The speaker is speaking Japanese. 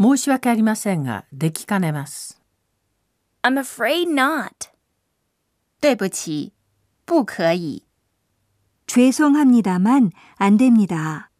申し訳ありませんが、できかねます。 I'm afraid not. 对不起，不可以。 죄송합니다만 안 됩니다.